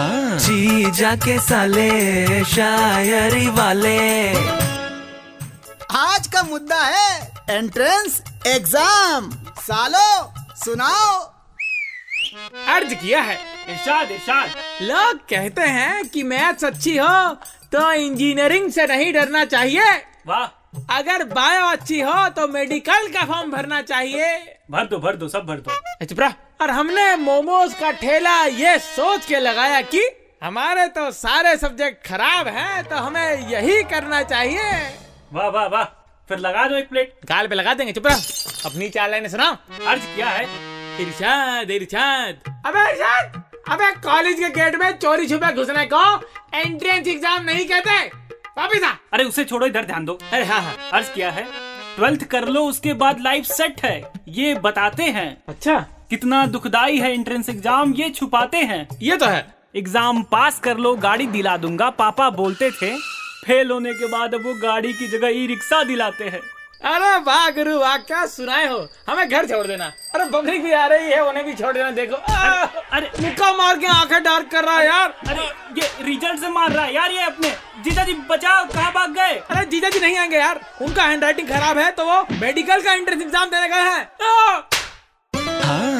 जी जाके साले शायरी वाले आज का मुद्दा है एंट्रेंस एग्जाम सालो सुनाओ अर्ज किया है इरशाद इरशाद लोग कहते हैं कि मैथ्स अच्छी हो तो इंजीनियरिंग से नहीं डरना चाहिए वाह अगर बायो अच्छी हो तो मेडिकल का फॉर्म भरना चाहिए भर दो भर दो सब भर दो चुपरा और हमने मोमोज का ठेला ये सोच के लगाया कि हमारे तो सारे सब्जेक्ट खराब हैं तो हमें यही करना चाहिए वाह वाह वाह फिर लगा दो एक प्लेट गाल पे लगा देंगे चुपरा अपनी चार लाइनें सुनाओ अर्ज किया है इरशाद इरशाद अबे इरशाद अबे कॉलेज के गेट में चोरी छुपे घुसने को एंट्रेंस एग्जाम नहीं कहते वापिस आ अरे उसे छोड़ो इधर ध्यान दो अरे हाँ हाँ अर्ज किया है ट्वेल्थ कर लो उसके बाद लाइफ सेट है ये बताते हैं अच्छा कितना दुखदाई है एंट्रेंस एग्जाम ये छुपाते हैं ये तो है एग्जाम पास कर लो गाड़ी दिला दूंगा पापा बोलते थे फेल होने के बाद अब वो गाड़ी की जगह ई रिक्शा दिलाते हैं अरे वाह गुरु वाह क्या सुनाए हो हमें घर छोड़ देना अरे पब्लिक भी आ रही है उन्हें भी छोड़ देना देखो आ, अरे मुक्का मार के आंखें डार्क कर रहा है यार अरे ये रिजल्ट से मार रहा है यार ये अपने जीजा जी बचाओ कहाँ भाग गए अरे जीजा जी नहीं आएंगे यार उनका हैंडराइटिंग खराब है तो वो मेडिकल का एंट्रेंस एग्जाम देने गए हैं आ!